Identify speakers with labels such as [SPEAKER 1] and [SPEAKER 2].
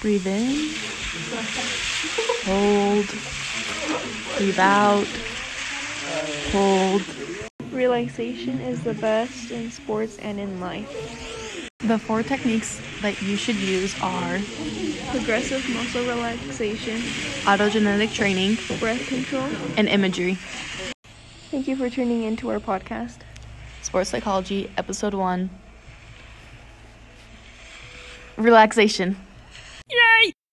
[SPEAKER 1] Breathe in. Hold. Breathe out. Hold.
[SPEAKER 2] Relaxation is the best in sports and in life.
[SPEAKER 1] The four techniques that you should use are
[SPEAKER 2] Progressive muscle relaxation,
[SPEAKER 1] autogenetic training
[SPEAKER 2] breath control.
[SPEAKER 1] and imagery.
[SPEAKER 2] Thank you for tuning into our podcast.
[SPEAKER 1] Sports Psychology, Episode 1 Relaxation.